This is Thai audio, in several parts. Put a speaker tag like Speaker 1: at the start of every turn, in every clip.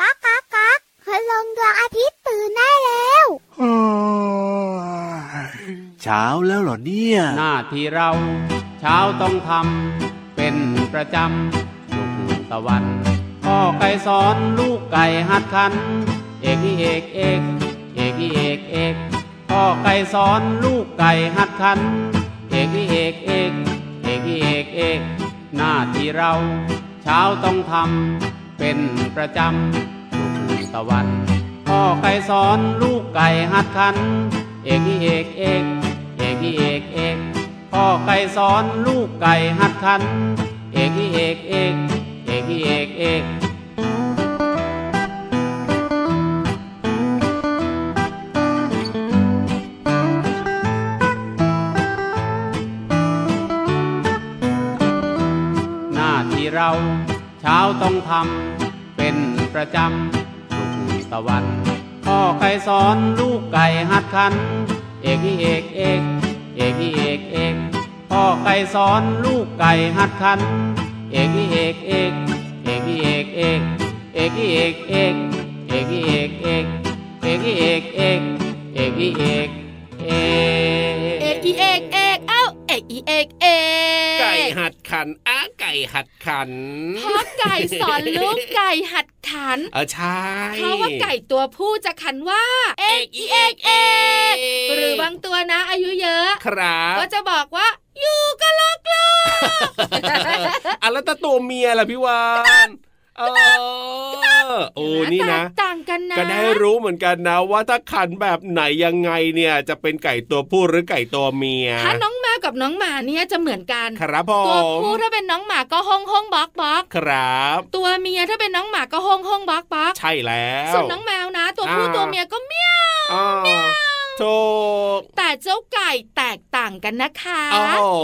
Speaker 1: ก๊ากก๊ากก๊ากคืลงดวงอาทิตย์ตื่นได้แล้ว
Speaker 2: เช้าแล้วเหรอเนี่ย
Speaker 3: หน้าที่เรา เช้าต้องทำเป็นประจำลูกตะวันพ่อไก่สอนลูกไก่หัดขัน เอกนี่เอกเอกเอกนี่เอกเอกพ่อไก่สอนลูกไก่หัดขัน เอกนี่เอกเอกเอกนี่เอกเอกหน้าที่เรา เช้าต้องทำเป็นประจำลูกตะวันพ่อไก่สอนลูกไก่หัดขัน เอกนี่เอกเอก เอกอีเอกเอกพ่อไก่สอนลูกไก่หัดขัน เอกอีเอกเอกเอกอีเอกเอก หน้าที่เรา เช้าต้องทำเป็นประจำทุกตะวันพ่อไก่สอนลูกไก่หัดขัน เอกอีเอกเอกเอกอีเอกเอกพ่อไก่สอนลูกไก่หัดขัน เอกอีเอกเอกเอกอีเอกเอกเอกอีเอกเอกเอกอีเอกเอกเอกอีเอกเอกเอกอีเอกเอก
Speaker 4: เอกอีเอกเอกเอ้าเอกอีเอกเอก
Speaker 5: ไก่หัดขันอ้าไก่หัดขัน
Speaker 4: พ่อไก่สอนลูกไก่หัดขัน
Speaker 5: เออใช่
Speaker 4: เขาว่าไก่ตัวผู้จะขันว่า เอกอีเอกเอกหรือบางตัวนะ อายุเยอะ
Speaker 5: ครับ
Speaker 4: ก็จะบอกว่า อยู่ก็ลอกลอก
Speaker 5: อะแล้วถ้าตัวเมียล่ะพี่วานเออโอ้นี่นะ
Speaker 4: แตกต่างกันนะ
Speaker 5: ก็ได้รู้เหมือนกันนะ ว่าถ้าขันแบบไหนยังไงเนี่ยจะเป็นไก่ตัวผู้หรือไก่ตัวเมีย
Speaker 4: ถ้าน้องแมวกับน้องหมาเนี่ยจะเหมือนกัน
Speaker 5: ครับผ
Speaker 4: ตัว
Speaker 5: ม
Speaker 4: ผู้ถ้าเป็นน้องหมาก็ห้องห้องบล็อกบล็อก
Speaker 5: ครับ
Speaker 4: ตัวเมียถ้าเป็นน้องหมาก็ห้องห้องบล็อกบล็อก
Speaker 5: ใช่แล้ว
Speaker 4: ส่วนน้องแมวนะ ตัวผู้
Speaker 5: อ่า
Speaker 4: ตัวเมียก็เมียว
Speaker 5: อ้าวถูก
Speaker 4: แต่เจ้าไก่แตกต่างกันนะคะ
Speaker 5: โอ้โห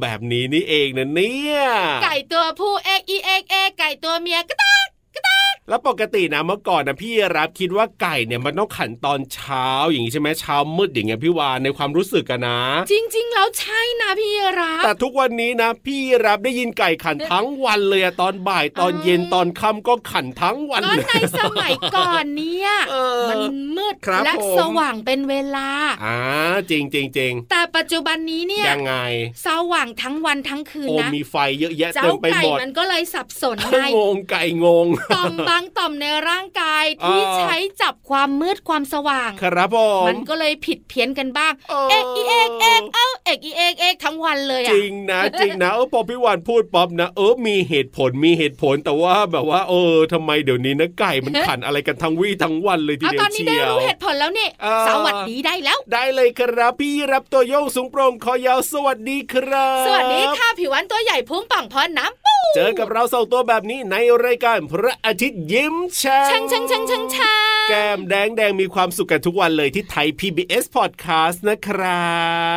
Speaker 5: แบบนี้นี่เองนะเนี่ย
Speaker 4: ไก่ตัวผู้เอกอีเอกเอกไก่ตัวเมียก็ต้อง
Speaker 5: แล้วปกตินะเมื่อก่อนนะพี่รับคิดว่าไก่เนี่ยมันต้องขันตอนเช้าอย่างนี้ใช่ไหมเช้ามืดอย่างเงี้ยพี่วานในความรู้สึกกันนะ
Speaker 4: จริง ๆ แล้วใช่นะพี่รับ
Speaker 5: แต่ทุกวันนี้นะ พี่รับได้ยินไก่ขันทั้งวันเลยอะตอนบ่ายตอนเย็นตอนค่ำก็ขันทั้งวัน
Speaker 4: ก็
Speaker 5: เลย
Speaker 4: ในสมัยก่อนเนี่ย
Speaker 5: เออ
Speaker 4: มันมืด
Speaker 5: ครับ
Speaker 4: และ
Speaker 5: ผม
Speaker 4: สว่างเป็นเวลา
Speaker 5: อ่าจริงจริงจริง
Speaker 4: แต่ปัจจุบันนี้เนี่ย
Speaker 5: ยังไง
Speaker 4: สว่างทั้งวันทั้งคืน
Speaker 5: โอ้
Speaker 4: นะ
Speaker 5: มีไฟเยอะแยะ
Speaker 4: เจ้า
Speaker 5: เต็มไป
Speaker 4: ไก่
Speaker 5: หมด
Speaker 4: มันก็เลยสับสนไง
Speaker 5: งงไก่งง
Speaker 4: ต่อมบางต่อมในร่างกายที่
Speaker 5: อ่า
Speaker 4: ใช้จับความมืดความสว่าง
Speaker 5: ครับผม
Speaker 4: มันก็เลยผิดเพี้ยนกันบ้าง
Speaker 5: เออ
Speaker 4: เอกอีเอกเอกเอ้าเอกอีเอกเอกทั้งวันเลย
Speaker 5: จ
Speaker 4: อ่ะ
Speaker 5: ริงนะจริงนะเออพอพี่วานพูดป๊อปนะเออมีเหตุผลมีเหตุผลแต่ว่าแบบว่า เออทำไมเดี๋ยวนี้นะไก่มันขันอะไรกันทั้งวี่ทั้งวันเลยที
Speaker 4: เอา
Speaker 5: เดีย
Speaker 4: ตอ
Speaker 5: วน
Speaker 4: นี้
Speaker 5: เชี
Speaker 4: ได้
Speaker 5: ยว
Speaker 4: รู้เหตุผลแล้วเนี่ย
Speaker 5: เออ
Speaker 4: สวัสดีได้แล้ว
Speaker 5: ได้เลยครับ พี่รับตัวโยงสูงโปร่งคอยาวสวัสดีครับ
Speaker 4: สวัสดีค่ะผิววันตัวใหญ่พุงป่องพอน้ำปู
Speaker 5: เจอกับเราสองตัวแบบนี้ในรายการพระอาทิตย์ยิ้มช่าง
Speaker 4: ชังชังชังชังชัง
Speaker 5: แก้มแดงแดงมีความสุขกันทุกวันเลยที่ไทย PBS Podcast นะครั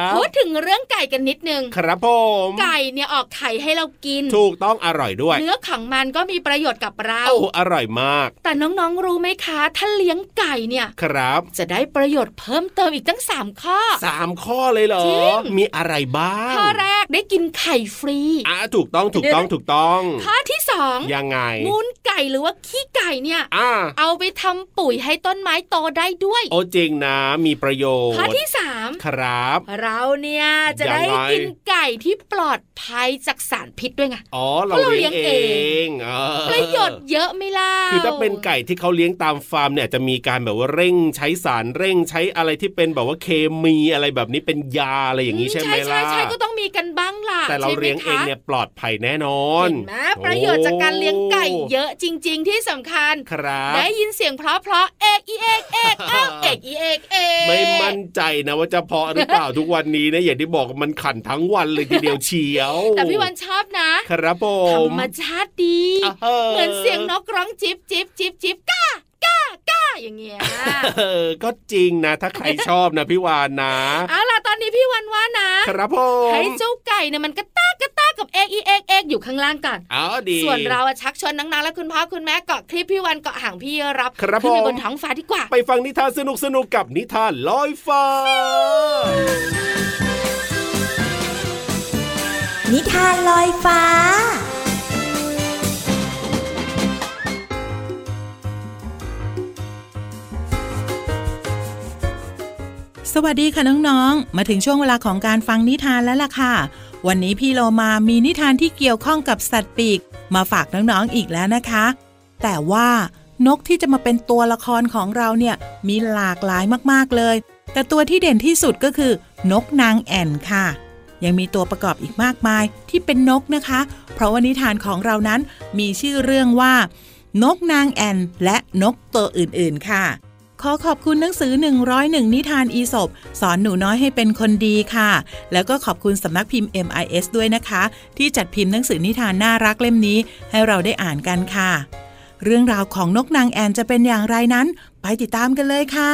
Speaker 5: บ
Speaker 4: พูดถึงเรื่องไก่กันนิดนึง
Speaker 5: ครับผม
Speaker 4: ไก่เนี่ยออกไข่ให้เรากิน
Speaker 5: ถูกต้องอร่อยด้วย
Speaker 4: เนื้อของมันก็มีประโยชน์กับเรา
Speaker 5: โอ้อร่อยมาก
Speaker 4: แต่น้องๆรู้ไหมคะ ถ้าเลี้ยงไก่เนี่ย
Speaker 5: ครับ
Speaker 4: จะได้ประโยชน์เพิ่มเติมอีกตั้ง 3 ข้อ
Speaker 5: สามข้อเลยเหรอ
Speaker 4: จริง
Speaker 5: มีอะไรบ้าง
Speaker 4: ข้อแรกได้กินไข่ฟรี
Speaker 5: อ่ะถูกต้องถูกต้องถูกต้อง
Speaker 4: ข้อที่สอง
Speaker 5: ยังไง
Speaker 4: มูลไก่หรือว่าขี้ไก่เนี่ย
Speaker 5: อ่ะ
Speaker 4: เอาไปทำปุ๋ยให้ต้นไม้โตได้ด้วย
Speaker 5: โอ้จริงนะมีประโยช
Speaker 4: ข้อ
Speaker 5: น์
Speaker 4: ที่สาม
Speaker 5: ครับ
Speaker 4: เราเนี่ยจะ
Speaker 5: ยังไง
Speaker 4: ได้กินไก่ที่ปลอดภัยจากสารพิษด้วยไง
Speaker 5: อ๋อเรา
Speaker 4: เพราะเรา
Speaker 5: เลี้ยง
Speaker 4: เลี้
Speaker 5: เอย
Speaker 4: งเอง
Speaker 5: งเออ
Speaker 4: ประโยชน์เยอะไหม่ล่ะ
Speaker 5: คือถ้าเป็นไก่ที่เขาเลี้ยงตามฟาร์มเนี่ยจะมีการแบบว่าเร่งใช้สารเร่งใช้อะไรที่เป็นแบบว่าเคมีอะไรแบบนี้เป็นยาอะไรอย่างนี้ใช่ไหม
Speaker 4: ใช่
Speaker 5: ล่ะ
Speaker 4: ใช่ใช่ก็ต้องมีกันบ้างล่ะ
Speaker 5: แต่เรา
Speaker 4: ใช่ไหม
Speaker 5: เลี้ยงเอง
Speaker 4: คะ
Speaker 5: เนี่ยปลอดภัยแน่นอน
Speaker 4: เห็นไหมประโยชน์จากการเลี้ยงไก่เยอะจริง ๆ ที่สำคัญ
Speaker 5: ครับ
Speaker 4: ได้ยินเสียงเพราะๆเอกอีเอกเอกเอ้าเอกอีเอกเอก
Speaker 5: ไม่มั่นใจนะว่าจะเพอหรือเปล่า ทุกวันนี้นะอย่างที่บอกมันขันทั้งวันเลยทีเดียวเชียว
Speaker 4: แต่พี่วันชอบนะ
Speaker 5: ครับผ
Speaker 4: ธร
Speaker 5: ม
Speaker 4: รมชาติดี
Speaker 5: เออ
Speaker 4: เหมือนเสียงนกร้องจิบจิบจิบจิบก้าก้าก้าอย่างเงี้ ย
Speaker 5: เออ ก็จริงนะ ถ้าใครชอบนะพี่วาน นะ
Speaker 4: เอาล่ะตอนนี้พี่วันว่านะครับ
Speaker 5: ผม
Speaker 4: ให้เจ้าไก่เนี่ยมันกระตากกระตากกับเอกอีเอกเอกอยู่ข้างล่างก่อน
Speaker 5: อ๋อดี
Speaker 4: ส่วนเราอะชักชวนนังๆและคุณพ่อคุณแม่เกาะคลิปพี่วันเกาะห่างพี่รับ
Speaker 5: ครับ
Speaker 4: ขึ้นไป
Speaker 5: ผม
Speaker 4: บนท้องฟ้าดีกว่า
Speaker 5: ไปฟังนิทานสนุกๆ กับนิทานลอยฟ้า
Speaker 6: นิทานลอยฟ้า สวัสดีค่ะน้องๆ มาถึงช่วงเวลาของการฟังนิทานแล้วล่ะค่ะ วันนี้พี่โลมามีนิทานที่เกี่ยวข้องกับสัตว์ปีก มาฝากน้องๆอีกแล้วนะคะ แต่ว่านกที่จะมาเป็นตัวละครของเราเนี่ยมีหลากหลายมากๆเลย แต่ตัวที่เด่นที่สุดก็คือ นกนางแอ่นค่ะ ยังมีตัวประกอบอีกมากมายที่เป็นนกนะคะ เพราะว่านิทานของเรานั้นมีชื่อเรื่องว่า นกนางแอ่นและนกตัวอื่นๆค่ะ ขอขอบคุณหนังสือ 101 นิทานอีสบสอนหนูน้อยให้เป็นคนดีค่ะ แล้วก็ขอบคุณสำนักพิมพ์ MIS ด้วยนะคะ ที่จัดพิมพ์หนังสือนิทานน่ารักเล่มนี้ ให้เราได้อ่านกันค่ะ เรื่องราวของนกนางแอนจะเป็นอย่างไรนั้น ไปติดตามกันเลยค่ะ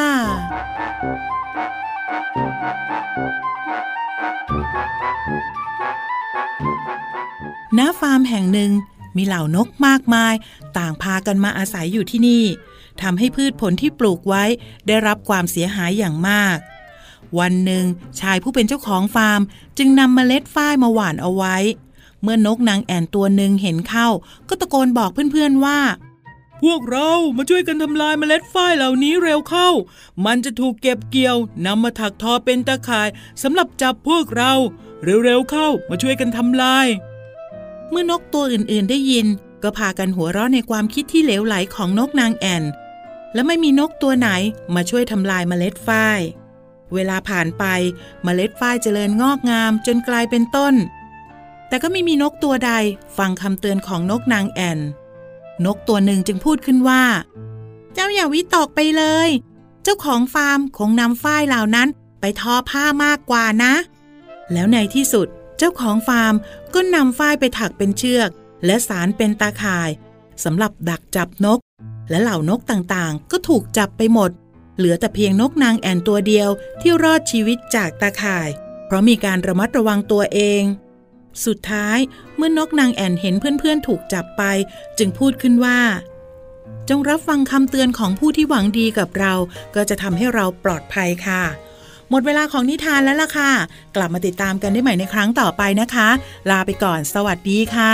Speaker 6: ณฟาร์มแห่งหนึ่ง มีเหล่านกมากมาย ต่างพากันมาอาศัยอยู่ที่นี่ทำให้พืชผลที่ปลูกไว้ ได้รับความเสียหายอย่างมาก วันหนึ่ง ชายผู้เป็นเจ้าของฟาร์ม จึงนำเมล็ดฝ้ายมาหว่านเอาไว้ เมื่อนกนางแอ่นตัวหนึ่งเห็นเข้า ก็ตะโกนบอกเพื่อนๆว่า พวกเรามาช่วยกันทำลายเมล็ดฝ้ายเหล่านี้เร็วเข้า มันจะถูกเก็บเกี่ยวนำมาถักทอเป็นตะข่ายสำหรับจับพวกเรา เร็วๆเข้า มาช่วยกันทำลาย เมื่อนกตัวอื่นๆได้ยิน ก็พากันหัวเราะในความคิดที่เหลวไหลของนกนางแอ่น และไม่มีนกตัวไหนมาช่วยทำลายเมล็ดฝ้าย เวลาผ่านไปเมล็ดฝ้ายเจริญงอกงามจนกลายเป็นต้น แต่ก็ไม่มีนกตัวใดฟังคำเตือนของนกนางแอ่น นกตัวหนึ่งจึงพูดขึ้นว่า เจ้าอย่าวิตกไปเลย เจ้าของฟาร์มคงนำฝ้ายเหล่านั้นไปทอผ้ามากกว่านะ แล้วในที่สุดเจ้าของฟาร์มก็นำฝ้ายไปถักเป็นเชือก และสารเป็นตาข่ายสำหรับดักจับนก และเหล่านกต่างๆ ก็ถูกจับไปหมด เหลือแต่เพียงนกนางแอ่นตัวเดียวที่รอดชีวิตจากตาข่าย เพราะมีการระมัดระวังตัวเอง สุดท้ายเมื่อนกนางแอ่นเห็นเพื่อนๆ ถูกจับไป จึงพูดขึ้นว่า จงรับฟังคำเตือนของผู้ที่หวังดีกับเรา ก็จะทำให้เราปลอดภัยค่ะ หมดเวลาของนิทานแล้วล่ะค่ะ กลับมาติดตามกันได้ใหม่ในครั้งต่อไปนะคะ ลาไปก่อนสวัสดีค่ะ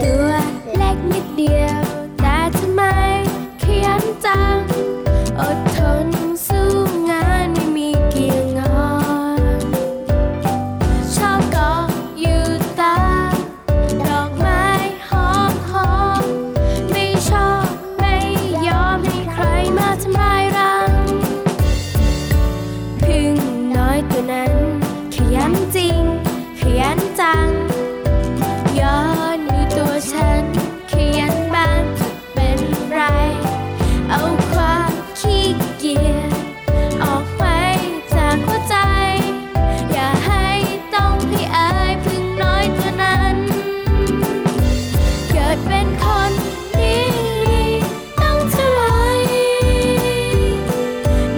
Speaker 7: ตัวเล็กนิดเดียว แต่ทำไมขยันจัง อดทนสู้งานไม่มีเกี่ยงงอนชอบเกาะอยู่ตามดอกไม้หอมหอมไม่ชอบไม่ยอมให้ใครมาทำลายรัง พึ่งน้อยตัวนั้น ขยันจริง ขยันจัง ย้อนอยู่ตัวฉันเขียนบ้างจะเป็นไร เอาความขี้เกียจออกไปจากหัวใจ อย่าให้ต้องให้อายพึ่งน้อยตัวนั้น เกิดเป็นคนดีต้องเท่าไหร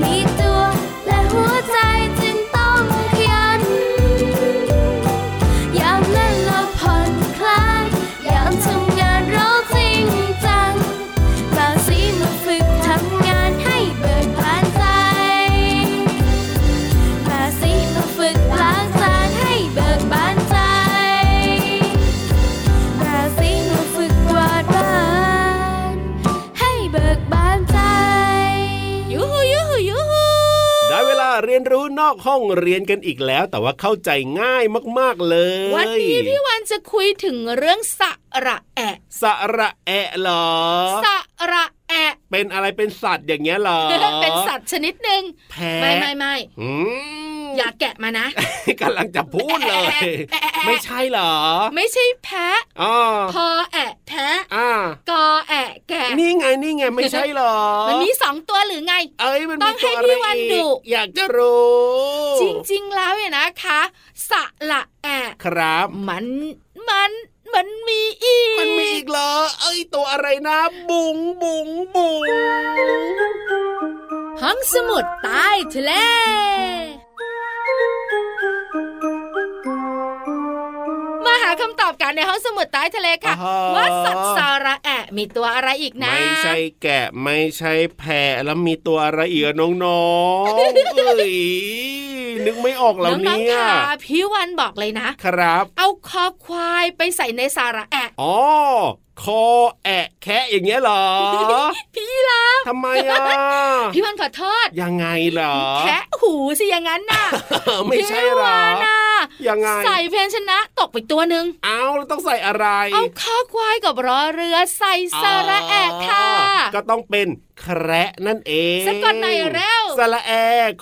Speaker 7: มีตัวและหัวใจจึงต้องขยัน ยามเล่นและผ่อนคลายยามทำงานเราจริงจัง มาสีมาฝึกทำงานให้เบิดบานใจ มาสีมาฝึกล้างจานให้เบิกบานใจ มาสีมาฝึกกวาดบ้านให้เบิกบานใจ
Speaker 4: ยูหูยูหูยูหู
Speaker 5: ได้เวลาเรียนรู้นอกห้องเรียนกันอีกแล้ว แต่ว่าเข้าใจง่ายมากๆเลย
Speaker 4: วันนี้พี่วันจะคุยถึงเรื่องสระแอะ
Speaker 5: สระแอะเหรอ
Speaker 4: สระแอะ
Speaker 5: เป็นอะไรเป็นสัตว์อย่างเงี้ยเหรอ
Speaker 4: เป็นสัตว์ชนิดหนึ่ง
Speaker 5: แพ้
Speaker 4: ไม่ไม่ไม่
Speaker 5: อืม
Speaker 4: อย่าแกะมานะ
Speaker 5: กำลังจะพูดเลย
Speaker 4: แอะแอะแอะ
Speaker 5: ไม่ใช่เหรอ
Speaker 4: ไม่ใช่แพะ
Speaker 5: อ๋อ
Speaker 4: พอแอะแพะ
Speaker 5: อ่าก
Speaker 4: อแอะแกะ
Speaker 5: นี่ไงนี่ไงไม่ใช่เหรอ
Speaker 4: มันมีสองตัวหรือไง
Speaker 5: เอ้ยมัน
Speaker 4: ต้
Speaker 5: มี
Speaker 4: องให้
Speaker 5: ตัวอะ
Speaker 4: พี่
Speaker 5: ไร
Speaker 4: วันดุ
Speaker 5: อีกอยากจะรู้
Speaker 4: จริงๆแล้วเนี่ยนะคะสระแอะ
Speaker 5: ครับ
Speaker 4: มันมันมันมีอีก
Speaker 5: มันมีอีกเหรอ เอ้ยตัวอะไรนะ บุ๋งบุ๋งบุ๋ง
Speaker 4: ห้องสมุดใต้ทะเล มาหาคำตอบกันในห้องสมุดใต้ทะเลค่ะ
Speaker 5: อ่าฮะ
Speaker 4: ว่าสัตว์สาระแอะมีตัวอะไรอีกนะ
Speaker 5: ไม่ใช่แกะไม่ใช่แพะแล้วมีตัวอะไรอีกอะน้องๆ เอ้ยนึกไม่ออกแล้ว
Speaker 4: น้องๆ
Speaker 5: เนี่ย
Speaker 4: ค่ะพี่วันบอกเลยนะ
Speaker 5: ครับ
Speaker 4: เอาคอควายไปใส่ในสาระแอะ
Speaker 5: อ๋อ คอแอะแคะอย่างเงี้ย เหรอ
Speaker 4: พี่ลับ
Speaker 5: ทำไมอ่ะ
Speaker 4: พี่วันขอโทษ
Speaker 5: ยังไงเหรอ
Speaker 4: แคะหูสิอย่างนั้นน่ะ
Speaker 5: ไม่ใช่
Speaker 4: พี่
Speaker 5: เหรอ
Speaker 4: วานะ
Speaker 5: ยังไง
Speaker 4: ใส่เพนชนะตกไปตัวหนึ่ง
Speaker 5: เอาแล้วต้องใส่อะไร
Speaker 4: เอาข้อควายกับรอเรือใส่สาระแอกค่ะ
Speaker 5: ก็ต้องเป็นแคระนั่นเอง
Speaker 4: สะกดหน่อยเร็ว
Speaker 5: สระแอ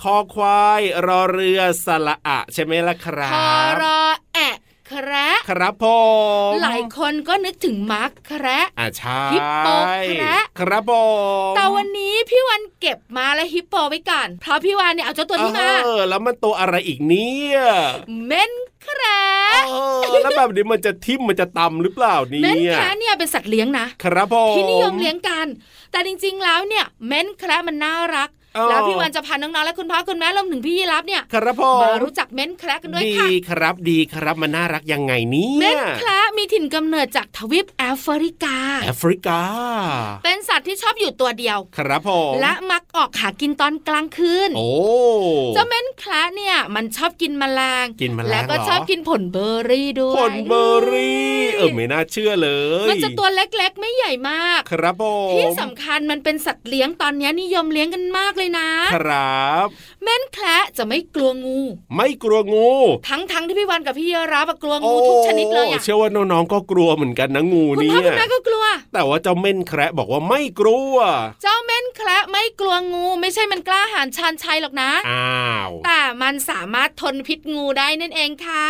Speaker 5: คอควาย รอเรือสระอะ ใช่ไหมล่ะครั
Speaker 4: คอบ รอแอะแคระ
Speaker 5: ครับผม
Speaker 4: หลายคนก็นึกถึงมาร์คแคระ
Speaker 5: อ่าใช่
Speaker 4: ฮิปโปแคระ
Speaker 5: ครับผม
Speaker 4: แต่วันนี้พี่วันเก็บมาและฮิปโปไว้ก่อนเพราะพี่วันเนี่ยเอาเจ้าตัวนี้มา
Speaker 5: เออแล้วมันตัวอะไรอีกเนี่ย
Speaker 4: เม่นแคระ
Speaker 5: เออแล้วแบบนี้มันจะทิ่มมันจะตำหรือเปล่าเนี่
Speaker 4: เม่น
Speaker 5: ย
Speaker 4: แคระเนี่ยเป็นสัตว์เลี้ยงนะครับ
Speaker 5: ผม
Speaker 4: ที่นิยมเลี้ยงกัน แต่จริงๆแล้วเนี่ยเม่นแคระมันน่ารัก
Speaker 5: เออ
Speaker 4: แล้วพี่วันจะพาน้องๆและคุณพ่อคุณแม่รวมถึงพี่ยีรับเนี่ย
Speaker 5: ครับผม
Speaker 4: มารู้จักเม้นแคระกันด้วย
Speaker 5: ดี
Speaker 4: ค่ะ
Speaker 5: ครับดีครับมันน่ารักยังไงเนี่ย
Speaker 4: เม้นแคระมีถิ่นกำเนิดจากทวีปแอฟริกา
Speaker 5: แอฟริกา
Speaker 4: เป็นสัตว์ที่ชอบอยู่ตัวเดียว
Speaker 5: ครับผม
Speaker 4: และมักออกหากินตอนกลางคืน
Speaker 5: โอ้
Speaker 4: เจ้าเม้นแคระเนี่ยมันชอบกินแมลง
Speaker 5: กินแมลง
Speaker 4: และก็
Speaker 5: เหรอ
Speaker 4: ชอบกินผลเบอร์รี่ด้วย
Speaker 5: ผลเบอร์รี่เออไม่น่าเชื่อเลย
Speaker 4: มันจะตัวเล็กๆ ไม่ใหญ่มาก
Speaker 5: ครับผม
Speaker 4: ที่สำคัญมันเป็นสัตว์เลี้ยงตอนนี้นิยมเลี้ยงกันมากเลยนะ
Speaker 5: ครับ
Speaker 4: เม้นแคระจะไม่กลัวงู
Speaker 5: ไม่กลัวงู
Speaker 4: ทั้งๆที่พี่วันกับพี่เยรับอะกลัวงูทุกชนิดเลย
Speaker 5: โอ้
Speaker 4: อะ
Speaker 5: เชื่อว่าน้องๆก็กลัวเหมือนกันนะงู
Speaker 4: คุณพ่อ
Speaker 5: เนี่
Speaker 4: ย คุณแม่ก็กลัว
Speaker 5: แต่ว่าเจ้าเม่นแคระบอกว่าไม่กลัว
Speaker 4: เจ้าเม่นแคระไม่กลัวงูไม่ใช่มันกล้าหาญชานชัยหรอกนะ
Speaker 5: อ้าว
Speaker 4: แต่มันสามารถทนพิษงูได้นั่นเองค่ะ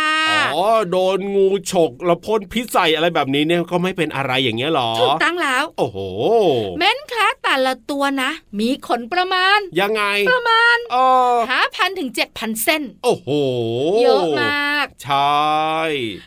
Speaker 5: อ๋อโดนงูฉกแล้วพ่นพิษใส่อะไรแบบนี้เนี่ยก็ไม่เป็นอะไรอย่างเงี้ยหรอ
Speaker 4: ถูกตั้องแล้ว
Speaker 5: โอ้โห
Speaker 4: เม่นแคระแต่ละตัวนะ มีขนประมาณ
Speaker 5: ยังไง
Speaker 4: ประมาณ
Speaker 5: อ๋อ
Speaker 4: ห้าพันถึงเจ็ดพันเส้น
Speaker 5: โอ้โห
Speaker 4: เยอะมาก
Speaker 5: ใช่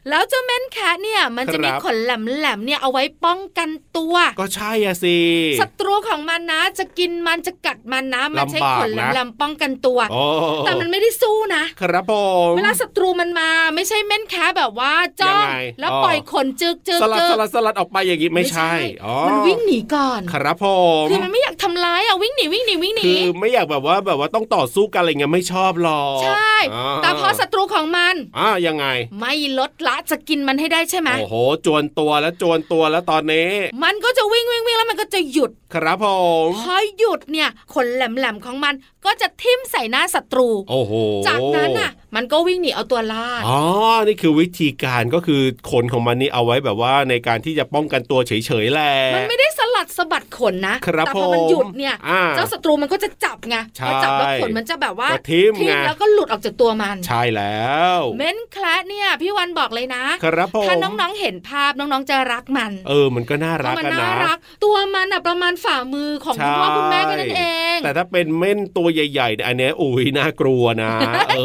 Speaker 4: แล้วเจ้าเม่นแคระเนี่ยมันจะมี
Speaker 5: ครับ
Speaker 4: ขนแหลมๆเนี่ยเอาไว้ป้องกันตัว
Speaker 5: ก็ใช่อะสิ
Speaker 4: ศัตรูของมันนะ จะกินมันจะกัดมันนะ มันใช้ขนแหลมๆป้องกันตัว
Speaker 5: โอ้
Speaker 4: แต่มันไม่ได้สู้นะ
Speaker 5: ครับผม
Speaker 4: เวลาศัตรูมันมาไม่ใช่เม่นแค่แบบว่าจ้อง
Speaker 5: ยังไง
Speaker 4: แล้ว
Speaker 5: อ๋อ
Speaker 4: ปล่อยขนจึกจึก
Speaker 5: สลัด
Speaker 4: จึ
Speaker 5: ส
Speaker 4: ก
Speaker 5: ลัดสลัดออกไปอย่างงี้ไม่ใช่อ๋อ
Speaker 4: มันวิ่งหนีก่อน
Speaker 5: ครับผม
Speaker 4: คือมันไม่อยากทำร้ายอ่ะวิ่งหนีวิ่งหนีวิ่งหนี
Speaker 5: คือไม่อยากแบบว่าแบบว่าต้องต่อสู้กันอะไรเงี้ยไม่ชอบหรอก
Speaker 4: ใช่
Speaker 5: อ่า
Speaker 4: แต่พอศัตรูของมัน
Speaker 5: อ่ายังไง
Speaker 4: ไม่ลดละจะกินมันให้ได้ใช่ไหม
Speaker 5: โอ้โห จวนตัวแล้วจวนตัวแล้วตอนนี้
Speaker 4: มันก็จะวิ่งวิ่งวิ่งแล้วมันก็จะหยุด
Speaker 5: ครับผ
Speaker 4: พ
Speaker 5: ม
Speaker 4: อหยุดเนี่ยขนแหลมๆของมันก็จะทิ่มใส่หน้าศัตรู
Speaker 5: โอ้โห
Speaker 4: จากนั้นอ่ะ มันก็วิ่งหนีเอาตัวรอด
Speaker 5: อ๋อนี่คือวิธีการก็คือขนของมันนี่เอาไว้แบบว่าในการที่จะป้องกันตัวเฉยๆแหละ
Speaker 4: มันไม่ได้สลัดสะบัดขนนะครับ แต่พอมัน
Speaker 5: ผม
Speaker 4: หยุดเนี่ย
Speaker 5: อ่า
Speaker 4: เจ้าศัตรูมันก็จะจับไง
Speaker 5: ใช่
Speaker 4: พอจับแล้วขนมันจะแบบว่า
Speaker 5: ก็ทิ่มไง
Speaker 4: แล้วก็หลุดออกจากตัวมัน
Speaker 5: ใช่แล้ว
Speaker 4: เม้นแคละเนี่ยพี่วันบอกเลยนะครับ
Speaker 5: ผม
Speaker 4: ถ้าน้องๆเห็นภาพน้องๆจะรักมัน
Speaker 5: เออ มันก็น่า
Speaker 4: เพ
Speaker 5: รัก
Speaker 4: ราะมั
Speaker 5: อะ
Speaker 4: น่า
Speaker 5: นะ
Speaker 4: รัก ตัวมันอ่ะประมาณฝ่ามือของคุณพ่อคุณแม่แค่นั้นเอง
Speaker 5: แต่ถ้าเป็นเม่นตัวใหญ่ๆเนี่ยอันเนี้ยอุ้ยน่ากลัวนะ เอ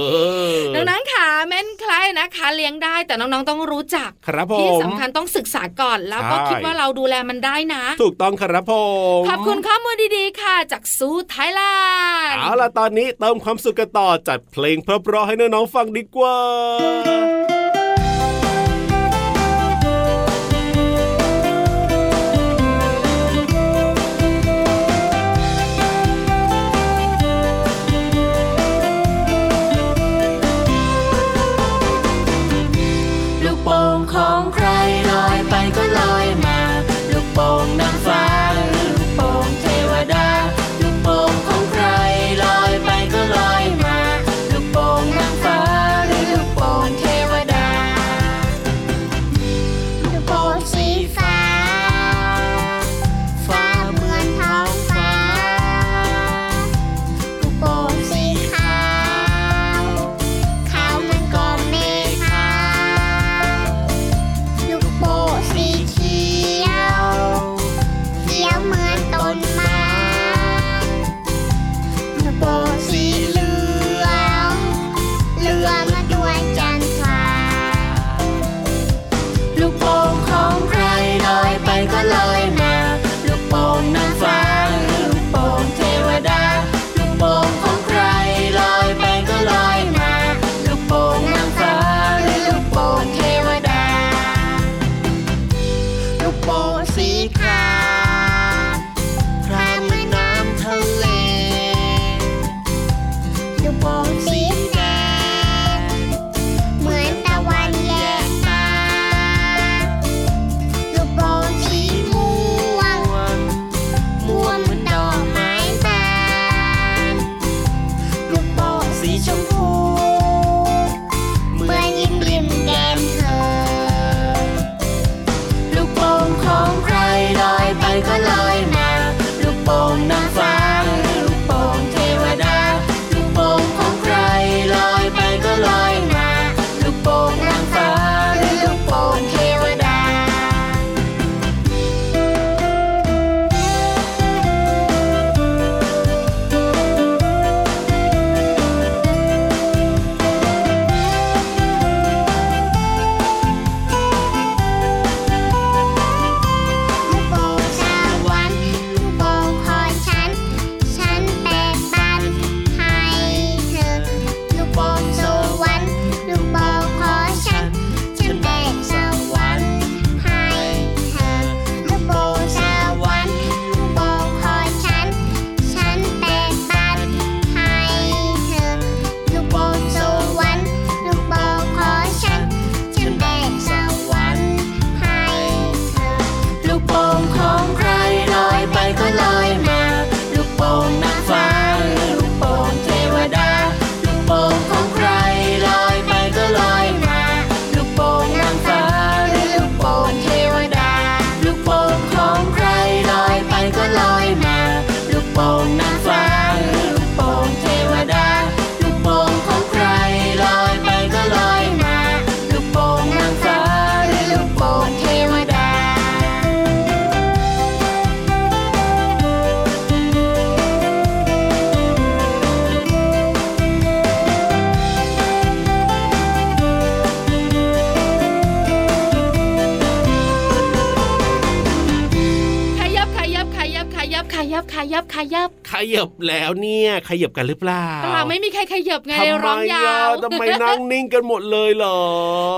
Speaker 5: อ
Speaker 4: ดังนั้นค่ะเม้นแคละนะคะเลี้ยงได้แต่น้องๆต้องรู้จัก
Speaker 5: ครับผ
Speaker 4: ที่
Speaker 5: ม
Speaker 4: สำคัญต้องศึกษาก่อนแล้วก็
Speaker 5: ใช่
Speaker 4: คิดว่าเราดูแลมันได้นะ
Speaker 5: ถูกต้องครับผม
Speaker 4: ขอบคุณข้อมูลดีๆค่ะ จากซูไทยแลนด์
Speaker 5: เอาล่ะ ตอนนี้เติมความสุขกันต่อจัดเพลงเพราะๆให้น้องๆฟังดีกว่า
Speaker 7: ลูกโป่งของใครลอยไปก็ลอยมา ลูกโป่งนางฟ้าหรือลูกโป่งเทวดา ลูกโป่งของใครลอยไปก็ลอยมา ลูกโป่งนางฟ้าหรือลูกโป่งเทวดา
Speaker 4: ขยับขยับขยับ
Speaker 5: ขยับแล้วเนี่ยขยับกันหรือเปล่า
Speaker 4: เปล่าไม่มีใครขยับไง
Speaker 5: ทำไม
Speaker 4: ร้องยาว
Speaker 5: อ่ะทำไมนั่งนิ่งกันหมดเลยเหรอ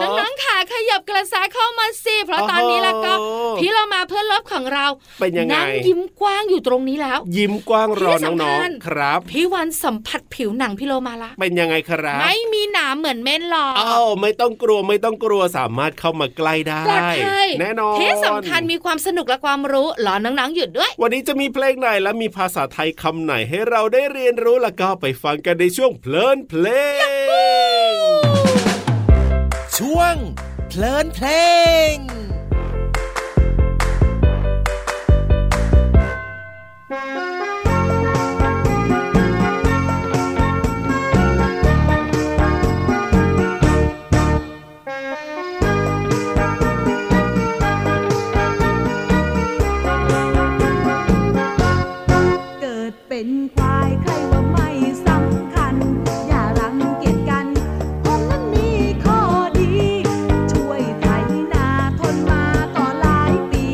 Speaker 4: น้องๆขาขยับกระแสเข้ามาสิเพราะตอนนี้แล้วก็
Speaker 5: โอ้โห
Speaker 4: พี่เรามาเพื่อนเลิฟของเรา
Speaker 5: เป็นยังไง
Speaker 4: นั่งยิ้มกว้างอยู่ตรงนี้แล้ว
Speaker 5: ยิ้มกว้างรอ
Speaker 4: ที่สำคัญ
Speaker 5: น้องๆครับ
Speaker 4: พี่วันสัมผัสผิวหนังพี่โลมาละ
Speaker 5: เป็นยังไงครับ
Speaker 4: ไม่มีหนามเหมือนเม่นหรอก
Speaker 5: อ้าวไม่ต้องกลัวไม่ต้องกลัวสามารถเข้ามาใกล้ได้
Speaker 4: ปลอดภัย
Speaker 5: แน่นอน
Speaker 4: ที่สำคัญมีความสนุกและความรู้หลอนน้องๆหยุดด้วย
Speaker 5: วันนี้จะมีเพลงไหนและมีภาษาไทยคำไหนให้เราได้เรียนรู้แล้วก็ไปฟังกันในช่วงเพลินเพลง
Speaker 2: ช่วง เพลินเพลง
Speaker 8: เกิดเป็นควายใครว่าไม่สำคัญ อย่ารังเกียจกัน ผมนั้นมีข้อดี ช่วยไถนาทนมาต่อหลายปี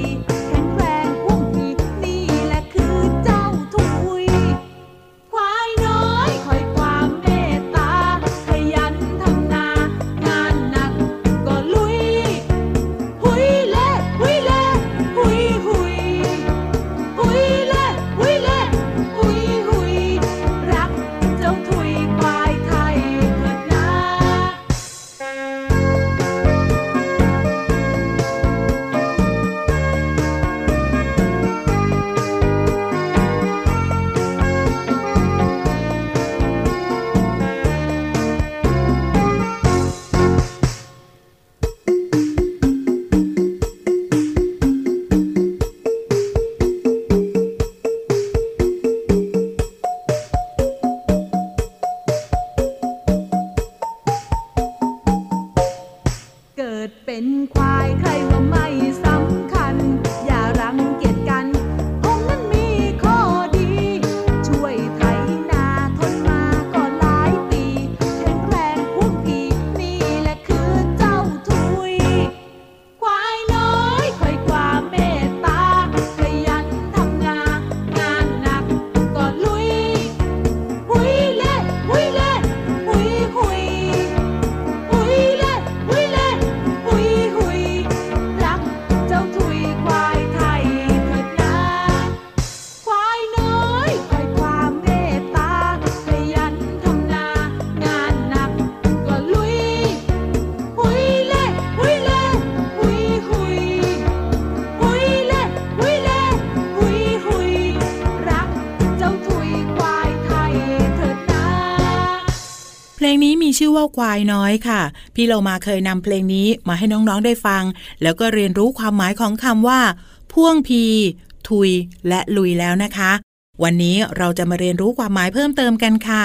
Speaker 8: แข็งแรงพุ่งมีนี่แหละคือเจ้าทุย ควายน้อยคอยความเมตตา ขยันทำนา งานหนักก็ลุย หุยเล่หุยเล่หุยหุย หุยเล่หุยเล่หุยหุย รักเจ้าถุยควายไทยเถิดนา เกิดเป็นควายใครว่าไม่สำคัญ อย่ารังเกียจกันผมนั้นมีข้อดี ช่วยไถนาทนมาก่อนหลายปี แข็งแรงพุ่งพีนี่แหละคือเจ้าทุย ควายน้อยคอยความเมตตา ขยันทำงาน งานหนักก็ลุย หุยเล่หุยเล่หุยหุย หุยเล่หุยเล่หุยหุย รักเจ้าถุยควายไทยเถิดนา ควายน้อยคอยความเมตตา ขยันทำนา งานหนักก็ลุย หุยเล่หุยเล่หุยหุย หุยเล่หุยเล่หุยหุย รักเจ้าถุยควายไทยเถิดนา
Speaker 6: เพลงนี้มีชื่อว่าควายน้อยค่ะ พี่เรามาเคยนำเพลงนี้มาให้น้องๆได้ฟัง แล้วก็เรียนรู้ความหมายของคำว่า พ่วงพี ทุย และลุยแล้วนะคะ วันนี้เราจะมาเรียนรู้ความหมายเพิ่มเติมกันค่ะ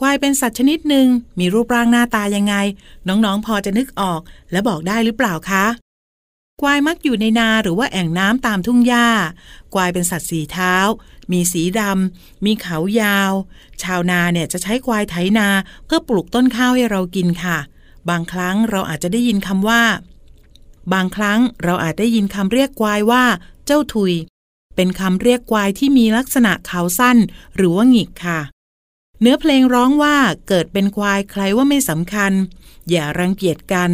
Speaker 6: ควายเป็นสัตว์ชนิดหนึ่งมีรูปร่างหน้าตายังไง น้องๆพอจะนึกออกและบอกได้หรือเปล่าคะ ควายมักอยู่ในนาหรือว่าแอ่งน้ำตามทุ่งหญ้า ควายเป็นสัตว์สีเท้า มีสีดำ มีเขายาว ชาวนาเนี่ยจะใช้ควายไถนา เพื่อปลูกต้นข้าวให้เรากินค่ะ บางครั้งเราอาจจะได้ยินคำว่า บางครั้งเราอาจได้ยินคำเรียกควายว่า เจ้าทุย เป็นคำเรียกควายที่มีลักษณะเขาสั้น หรือว่าหงิกค่ะ เนื้อเพลงร้องว่าเกิดเป็นควายใครว่าไม่สำคัญ อย่ารังเกียจกัน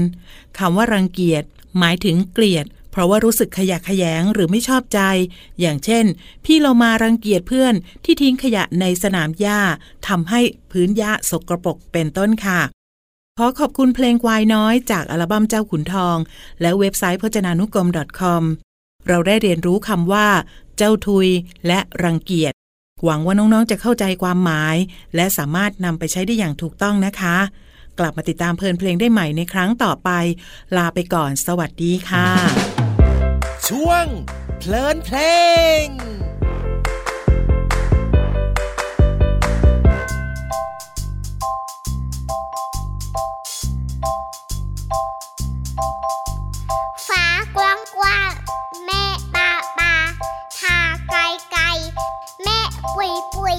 Speaker 6: คำว่ารังเกียจ หมายถึงเกลียด เพราะว่ารู้สึกขยะแขยงหรือไม่ชอบใจ อย่างเช่น พี่เรามารังเกียจเพื่อนที่ทิ้งขยะในสนามหญ้าทำให้พื้นหญ้าสกรปรกเป็นต้นค่ะ ขอขอบคุณเพลงควายน้อยจากอัลบั้มเจ้าขุนทอง และเว็บไซต์พจนานุกรม .com เราได้เรียนรู้คำว่า เจ้าทุย และรังเกียจ หวังว่าน้อง ๆ จะเข้าใจความหมาย และสามารถนำไปใช้ได้อย่างถูกต้องนะคะ กลับมาติดตามเพลินเพลงได้ใหม่ในครั้งต่อไป ลาไปก่อน สวัสดีค่ะ
Speaker 2: ช่วง เพลินเพลง
Speaker 1: ฟ้ากว้างกว้างแม่ปาปาทาไกลไกลแม่ปุยปุย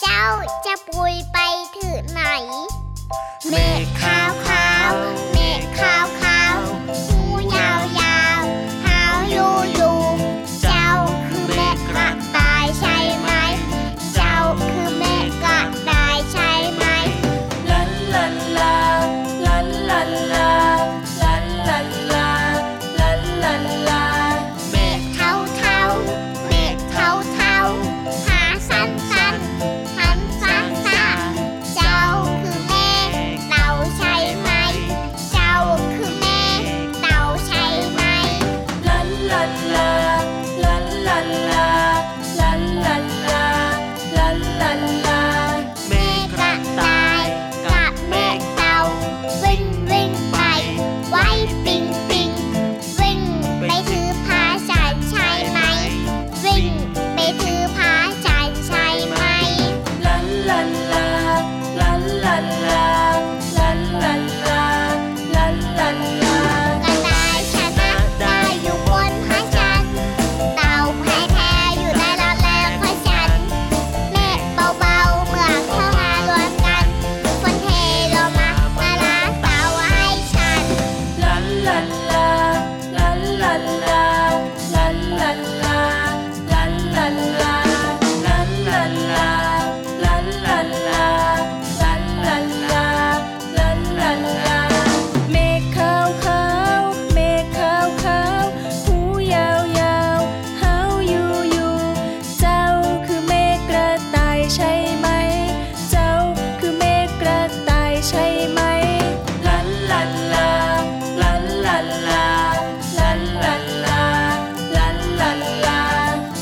Speaker 1: เจ้าจะปุยไปถึงไหนแม่ขาวขาวแม่ขาวขาวหูยาวยาวหาวยูยูเจ้าคือแม่ขาว
Speaker 9: ใช่ไหม เจ้าคือเมฆกระต่ายใช่ไหม ลันลันลา ลันลันลา ลันลันลา ลันลันลา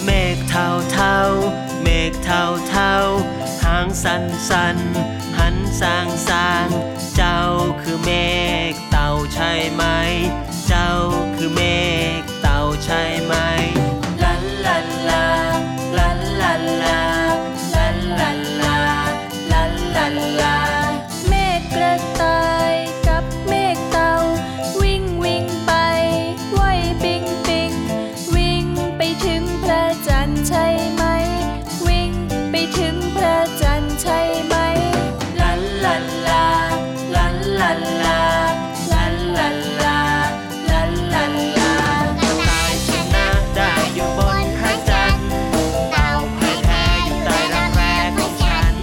Speaker 10: เมฆเทาเทาๆเมฆเทาเทาๆหางสันสันๆหันสางสางๆเจ้าคือเมฆเต่าใช่ไหม เจ้าคือเมฆเต่าใช่ไหม
Speaker 9: ลันลันลา ลันลันลา ลันลันลา ลันลันลา เมฆกระต่ายกับเมฆเต่า วิ่งวิ่งไปไหวปิงปิงวิ่งไปถึงพระจันทร์ใช่ไหม วิ่งไปถึงพระจันทร์ใช่ไหม ลันลันลา ลันลันลา ลันลันลา ลันลันลา
Speaker 10: ตายชนะได้อยู่บนพระจันทร์เต่าแพ้แพ้อยู่ใต้รักแร้ของฉัน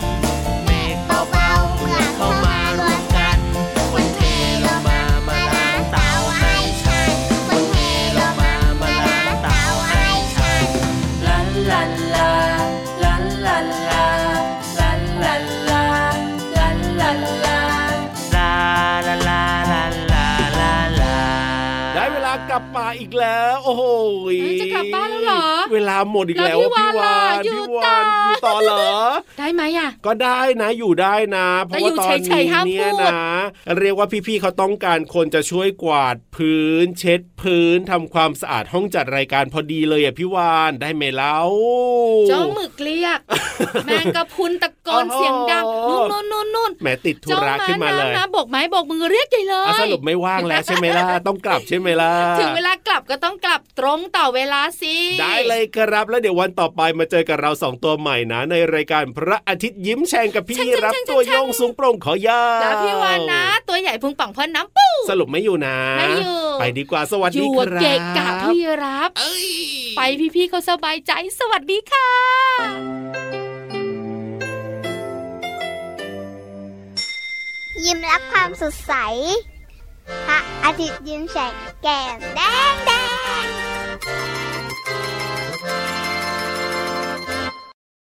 Speaker 10: เมฆเบาๆเมื่อเข้ามารวมกันมันเทลงมามาล้างเต่าให้ฉันมันเทลงมามาล้างเต่าให้ฉัน
Speaker 9: ลันลันลา ลันลันลา ลันลันลา ลันลันลา
Speaker 10: ลาลาลาลาลาลาลา
Speaker 5: ได้เวลากลับมาอีกแล้ว โอ้โหย
Speaker 4: เอ้ยจะกลับบ้านแล้วเหรอ
Speaker 5: เวลาหมดอีกแล้ว
Speaker 4: แล้วพี่วานล่ะ
Speaker 5: พี่
Speaker 4: อยู่
Speaker 5: วาน
Speaker 4: ต่ออ
Speaker 5: ยู่ต่อเหรอ
Speaker 4: ได้ไหมอ่ะ
Speaker 5: ก็ได้นะอยู่ได้นะเพราะว่าต
Speaker 4: แต่
Speaker 5: อ
Speaker 4: อยู่
Speaker 5: น
Speaker 4: เฉย
Speaker 5: นี้
Speaker 4: ๆห้าม
Speaker 5: เนี่ย
Speaker 4: พูด
Speaker 5: นะ เรียกว่าพี่ๆเขาต้องการคนจะช่วยกวาดพื้น เช็ดพื้นทำความสะอาดห้องจัดรายการพอดีเลยอ่ะพี่วานได้ไหมเล่า
Speaker 4: เจ้าหมึกเรีย ก แมงกะพรุนตะโกน
Speaker 5: โอ้โห
Speaker 4: เสียงดังนู่นนู่นนู่นนู่น
Speaker 5: แหมติดธุ
Speaker 4: เจ้า
Speaker 5: ระขึ้นมาเลย
Speaker 4: น้ำนะโบกไม้โบกมือเรียกใหญ่เล
Speaker 5: อ่ะ
Speaker 4: ย
Speaker 5: สรุปไม่ว่างแล้วใช่ไหมล่ะ ต้องกลับใช่ไหมล่ะ
Speaker 4: ถึงเวลากลับก็ต้องกลับตรงต่อเวลาสิ
Speaker 5: ได้เลยครับแล้วเดี๋ยววันต่อไปมาเจอกับเราสองตัวใหม่นะ ในรายการพระอาทิตย์ยิ้มแฉ่งกับพี่รับตัวโยงสูงโปร่งขอยาว
Speaker 4: แล้วพี่วานนะ ตัวใหญ่พุงป่องพ่นน้ำปู
Speaker 5: สรุปไม่อยู่นะ
Speaker 4: ไม่อยู่
Speaker 5: ไปดีกว่าสวัส
Speaker 4: อ
Speaker 5: ดี
Speaker 4: ยู่
Speaker 5: ค
Speaker 4: อะ
Speaker 5: รับ
Speaker 4: เกะกะพี่รับ ไปพี่ๆเขาสบายใจสวัสดีค่ะ
Speaker 1: ยิ้มรับความสดใส พระอาทิตย์ยิ้มแฉกแก้มแดงแดง